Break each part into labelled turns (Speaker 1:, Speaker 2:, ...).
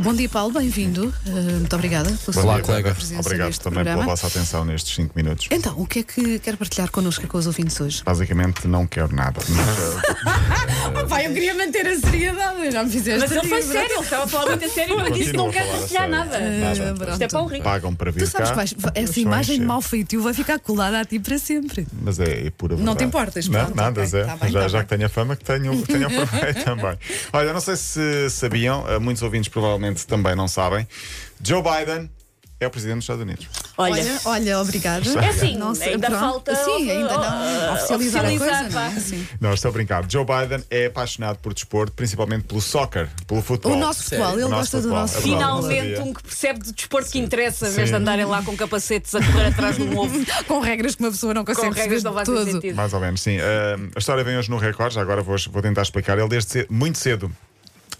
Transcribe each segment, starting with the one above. Speaker 1: Bom dia, Paulo, bem-vindo. Uh, muito obrigada pela sua
Speaker 2: Olá,
Speaker 1: presença
Speaker 2: colega.
Speaker 1: neste
Speaker 2: Obrigado também
Speaker 1: programa.
Speaker 2: pela vossa atenção nestes 5 minutos.
Speaker 1: Então, o que é que quer partilhar connosco e com os ouvintes hoje?
Speaker 2: Basicamente, não quero nada. Mas, eh,
Speaker 1: Pai, eu queria manter a seriedade, já me fizeste.
Speaker 3: Mas ele foi sério, ele estava a falar muito a sério, mas disse
Speaker 2: Continua
Speaker 3: não
Speaker 2: a
Speaker 3: quer
Speaker 2: falar a
Speaker 3: partilhar
Speaker 2: sério.
Speaker 3: nada.
Speaker 2: Nada.
Speaker 3: Isto é para o rico.
Speaker 2: pagam para vir
Speaker 1: um Tu sabes
Speaker 2: cá.
Speaker 1: quais?
Speaker 2: mas
Speaker 1: Essa
Speaker 2: são
Speaker 1: imagem de
Speaker 2: encher.
Speaker 1: mau feitio vai ficar colada a ti para sempre.
Speaker 2: Mas é, é pura verdade.
Speaker 1: Não te importas,
Speaker 2: Não,
Speaker 1: pronto,
Speaker 2: nada,
Speaker 1: ok,
Speaker 2: Zé.
Speaker 1: tá bem,
Speaker 2: já,
Speaker 1: tá
Speaker 2: já
Speaker 1: bem.
Speaker 2: que tenho a fama, que tenho, que tenho a fama também. Olha, não sei se sabiam, eh, muitos ouvintes provavelmente também não sabem. Joe Biden é o presidente dos Estados Unidos.
Speaker 3: Olha,
Speaker 1: Olha, olha, obrigada.
Speaker 3: É assim,
Speaker 1: sei,
Speaker 3: ainda
Speaker 1: pronto.
Speaker 3: falta,
Speaker 1: Sim,
Speaker 3: uh,
Speaker 1: ainda não.
Speaker 3: uh,
Speaker 1: oficializar,
Speaker 3: oficializar,
Speaker 1: a coisa. não é?
Speaker 3: pá.
Speaker 1: Sim.
Speaker 2: Não, estou a brincar. Joe Biden é apaixonado por desporto, principalmente pelo soccer, pelo futebol.
Speaker 1: O nosso futebol, ele
Speaker 2: O nosso
Speaker 1: gosta
Speaker 2: futebol,
Speaker 1: do nosso
Speaker 2: é
Speaker 1: futebol.
Speaker 2: verdade.
Speaker 3: finalmente
Speaker 2: sabia.
Speaker 3: um que percebe do desporto que interessa, em vez
Speaker 2: Sim.
Speaker 3: de andarem lá com capacetes a correr atrás de um ovo.
Speaker 1: Com regras que uma pessoa não consegue
Speaker 3: Com regras
Speaker 1: perceber
Speaker 3: não
Speaker 1: de
Speaker 3: fazem
Speaker 1: todo.
Speaker 3: sentido.
Speaker 2: Mais ou menos, sim. Ah, a história vem hoje no Record, já agora vou, vou tentar explicar. Ele desde cedo- muito cedo.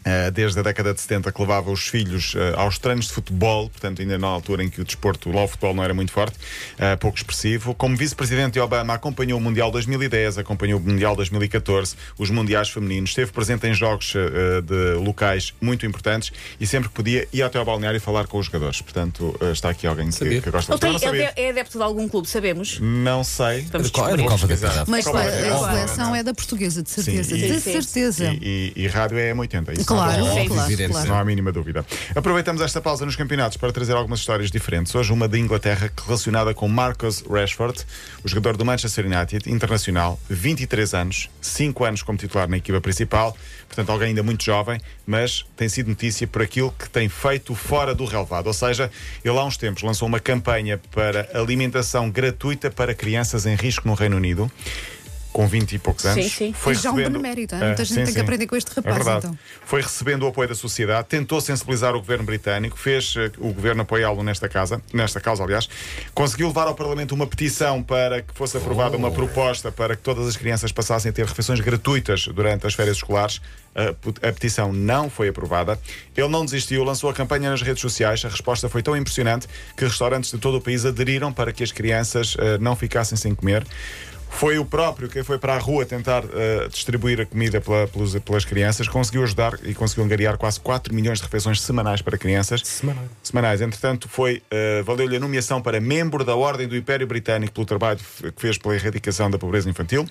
Speaker 2: ah, Desde a década de 70 que levava os filhos ah, aos treinos de futebol, portanto, ainda na altura em que o desporto lá o futebol não era muito forte, ah, pouco expressivo. Como vice-presidente Obama acompanhou o Mundial 2010, acompanhou o Mundial 2014, os Mundiais femininos, esteve presente em jogos ah, de locais muito importantes e sempre que podia ia até ao balneário falar com os jogadores. Portanto, ah, está aqui alguém que,
Speaker 4: Sabia.
Speaker 2: que gosta
Speaker 3: Ele,
Speaker 2: de futebol.
Speaker 3: tem,
Speaker 2: Não
Speaker 3: ele
Speaker 2: sabia. Hum.
Speaker 3: é é adepto de algum clube, sabemos.
Speaker 2: Não sei.
Speaker 3: Vamos
Speaker 4: qual- é do
Speaker 2: Vou
Speaker 4: Copa da
Speaker 2: pesquisar.
Speaker 4: Cidade.
Speaker 1: Mas
Speaker 2: Copa da
Speaker 1: a
Speaker 2: Cidade.
Speaker 1: seleção é da portuguesa, de certeza.
Speaker 2: e-
Speaker 1: de
Speaker 3: Sim, sim.
Speaker 1: certeza.
Speaker 2: E, e- e rádio é M80, isso
Speaker 1: Claro,
Speaker 2: não, há-
Speaker 3: Sim.
Speaker 1: claro,
Speaker 4: Evidente.
Speaker 2: não
Speaker 1: claro.
Speaker 2: há a mínima dúvida. Aproveitamos esta pausa nos campeonatos para trazer algumas histórias diferentes. Hoje, uma da Inglaterra relacionada com Marcus Rashford, o jogador do Manchester United, internacional, 23 anos, 5 anos como titular na equipa principal, portanto, alguém ainda muito jovem, mas tem sido notícia por aquilo que tem feito fora do relevado. Ou seja, ele há uns tempos lançou uma campanha para alimentação gratuita para crianças em risco no Reino Unido. Com 20 e poucos anos.
Speaker 3: Sim, sim.
Speaker 2: Foi
Speaker 1: E já é um
Speaker 2: recebendo-
Speaker 1: benemérito, hein? Muita gente tem que aprender com este rapaz,
Speaker 2: É verdade.
Speaker 1: então.
Speaker 2: Foi recebendo o apoio da sociedade, tentou sensibilizar o governo britânico, fez eh, o governo apoiá-lo nesta casa, nesta causa, aliás, conseguiu levar ao Parlamento uma petição para que fosse aprovada uma proposta para que todas as crianças passassem a ter refeições gratuitas durante as férias escolares. A put- a petição não foi aprovada. Ele não desistiu, lançou a campanha nas redes sociais. A resposta foi tão impressionante que restaurantes de todo o país aderiram para que as crianças eh, não ficassem sem comer. Foi o próprio que foi para a rua tentar eh, distribuir a comida pela- pelos- pelas crianças, conseguiu ajudar e conseguiu angariar quase 4 milhões de refeições semanais para crianças. Semanais. Entretanto, foi, eh, valeu-lhe a nomeação para membro da Ordem do Império Britânico pelo trabalho f- que fez pela erradicação da pobreza infantil.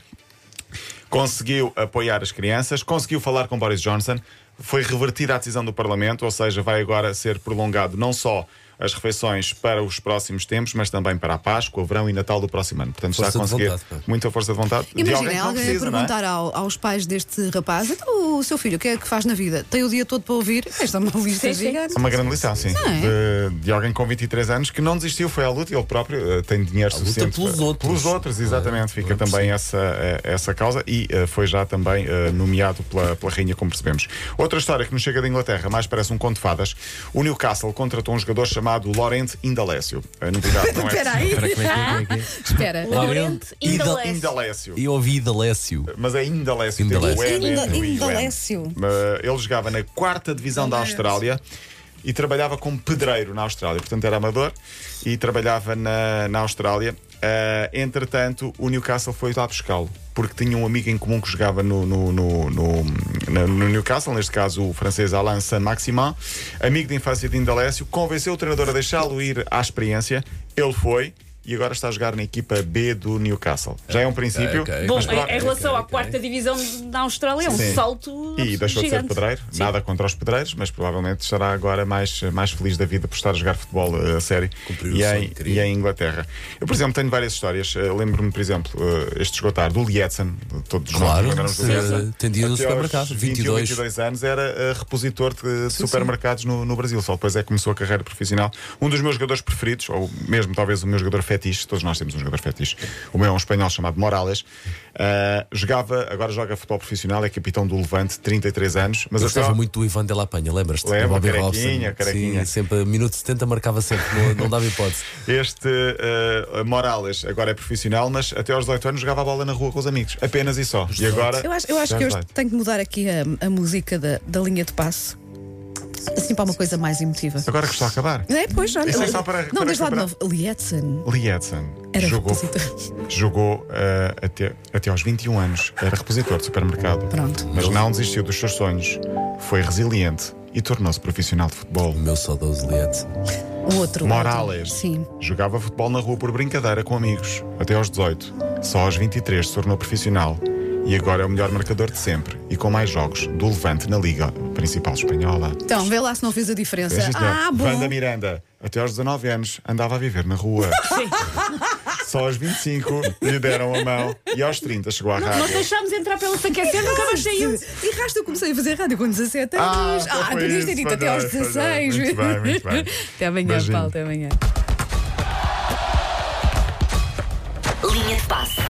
Speaker 2: Conseguiu apoiar as crianças, conseguiu falar com Boris Johnson, foi revertida a decisão do Parlamento, ou seja, vai agora ser prolongado não só as refeições para os próximos tempos, mas também para a Páscoa, o verão e Natal do próximo ano. Portanto, está a
Speaker 4: Força de
Speaker 2: conseguir
Speaker 4: vontade, pá.
Speaker 2: muita força de vontade. de alguém que
Speaker 1: Imagina,
Speaker 2: não
Speaker 1: alguém a
Speaker 2: precisa, não é?
Speaker 1: perguntar ao- aos pais deste rapaz: então o seu filho, o que é que faz na vida? Tem o dia todo para ouvir? Esta é uma lista
Speaker 3: Sim, sim.
Speaker 1: gigante.
Speaker 2: É uma grande lição, sim. De, de alguém com 23 anos que não desistiu, foi à luta, ele próprio eh, tem dinheiro
Speaker 4: luta
Speaker 2: suficiente.
Speaker 4: pelos
Speaker 2: para-
Speaker 4: outros. É.
Speaker 2: Pelos outros, exatamente. Fica
Speaker 4: claro que
Speaker 2: também essa, eh, essa causa e eh, foi já também eh, nomeado pela, pela rainha, como percebemos. Outra história que nos chega da Inglaterra, mais parece um conto de fadas. O Newcastle contratou um jogador chamado Laurent Indalécio. A novidade não
Speaker 1: Espera
Speaker 2: é.
Speaker 1: aí,
Speaker 4: Espera, como é que é, como é que é?
Speaker 1: espera.
Speaker 4: Laurent
Speaker 3: Laurent
Speaker 4: Idal-
Speaker 3: Indalés.
Speaker 2: Indalécio.
Speaker 4: Eu ouvi Dalécio.
Speaker 2: Mas é Indalécio.
Speaker 4: Indalécio.
Speaker 2: tem o E dentro, o I, o N.
Speaker 1: Indalécio.
Speaker 2: Uh, ele jogava na quarta divisão da Austrália e trabalhava como pedreiro na Austrália. Portanto, era amador e trabalhava na, na Austrália. Uh, entretanto, o Newcastle foi lá buscá-lo. Porque tinha um amigo em comum que jogava no, no, no- no- na- no Newcastle, neste caso o francês Alain Saint-Maximin, amigo de infância de Indalécio, convenceu o treinador a deixá-lo ir à experiência. Ele foi e agora está a jogar na equipa B do Newcastle. Já é um princípio.
Speaker 4: Ah, ok.
Speaker 3: Bom,
Speaker 2: mas é
Speaker 3: em,
Speaker 2: pronto.
Speaker 3: em relação à quarta divisão da Austrália, é um
Speaker 2: Sim.
Speaker 3: salto.
Speaker 2: E deixou de ser
Speaker 3: gigante.
Speaker 2: pedreiro, nada contra os pedreiros, mas provavelmente estará agora mais, mais feliz da vida por estar a jogar futebol eh, a sério
Speaker 4: Cumpriu
Speaker 2: e
Speaker 4: o sonho,
Speaker 2: em,
Speaker 4: querido.
Speaker 2: e em Inglaterra. Eu, por exemplo, tenho várias histórias. Eh, Lembro-me, por exemplo, eh, este esgotar do Lietzen, todos nós
Speaker 4: Claro,
Speaker 2: nos lembramos do
Speaker 4: se-
Speaker 2: Lietzen.
Speaker 4: atendia no
Speaker 2: Até
Speaker 4: supermercado,
Speaker 2: aos 21,
Speaker 4: 22.
Speaker 2: 22 anos era eh, repositor de supermercados No, no Brasil, só depois é que começou a carreira profissional. Um dos meus jogadores preferidos, ou mesmo talvez o meu jogador fetiche, todos nós temos um jogador fetiche, o meu é um espanhol chamado Morales, eh, jogava, agora joga futebol profissional, é capitão do Levante, 33 anos, mas
Speaker 4: Eu
Speaker 2: até ao-
Speaker 4: gostava muito do Ivan de la Penha, lembras-te?
Speaker 2: Lembro,
Speaker 4: O Bobby
Speaker 2: carequinha,
Speaker 4: Robson.
Speaker 2: carequinha.
Speaker 4: Sim, sempre, minuto 70 marcava sempre, não, não dava hipótese.
Speaker 2: Este eh, Morales agora é profissional, mas até aos 18 anos jogava a bola na rua com os amigos, apenas e só. E agora.
Speaker 1: Eu acho, eu acho
Speaker 2: Já
Speaker 1: que hoje
Speaker 2: vai.
Speaker 1: tenho que mudar aqui a, a música da, da linha de passo. Assim para uma coisa mais emotiva.
Speaker 2: Agora que está a acabar.
Speaker 1: É, pois, olha.
Speaker 2: Isso é só para-
Speaker 1: não,
Speaker 2: para
Speaker 1: diz lá de
Speaker 2: recuperar.
Speaker 1: novo. Lietzen
Speaker 2: Lee Edson
Speaker 1: era
Speaker 2: jogou,
Speaker 1: repositor.
Speaker 2: jogou eh, até, até aos 21 anos, era repositor de supermercado.
Speaker 1: Pronto.
Speaker 2: Mas não desistiu dos seus sonhos, foi resiliente e tornou-se profissional de futebol.
Speaker 4: O meu saudoso Liette.
Speaker 1: O outro.
Speaker 2: Morales
Speaker 1: Sim.
Speaker 2: jogava futebol na rua por brincadeira com amigos, até aos 18. Só aos 23 se tornou profissional e agora é o melhor marcador de sempre e com mais jogos do Levante na Liga Principal Espanhola.
Speaker 1: Então, vê lá se não fez a diferença.
Speaker 2: Veja-te,
Speaker 1: Ah, bom.
Speaker 2: Wanda Miranda, até aos 19 anos, andava a viver na rua. Só aos 25 lhe deram a mão e aos 30 chegou à
Speaker 3: Nós
Speaker 2: rádio.
Speaker 3: deixámos entrar pela se aquecer, nunca mais saiu.
Speaker 1: E rasta, eu comecei a fazer rádio com 17
Speaker 2: Ah,
Speaker 1: anos.
Speaker 2: então foi
Speaker 1: podias ter
Speaker 2: isso,
Speaker 1: dito
Speaker 2: foi
Speaker 1: até aos
Speaker 2: bem, foi bem.
Speaker 1: 16.
Speaker 2: Muito bem, muito bem.
Speaker 1: Até amanhã,
Speaker 2: Beijinho.
Speaker 1: Paulo, até amanhã.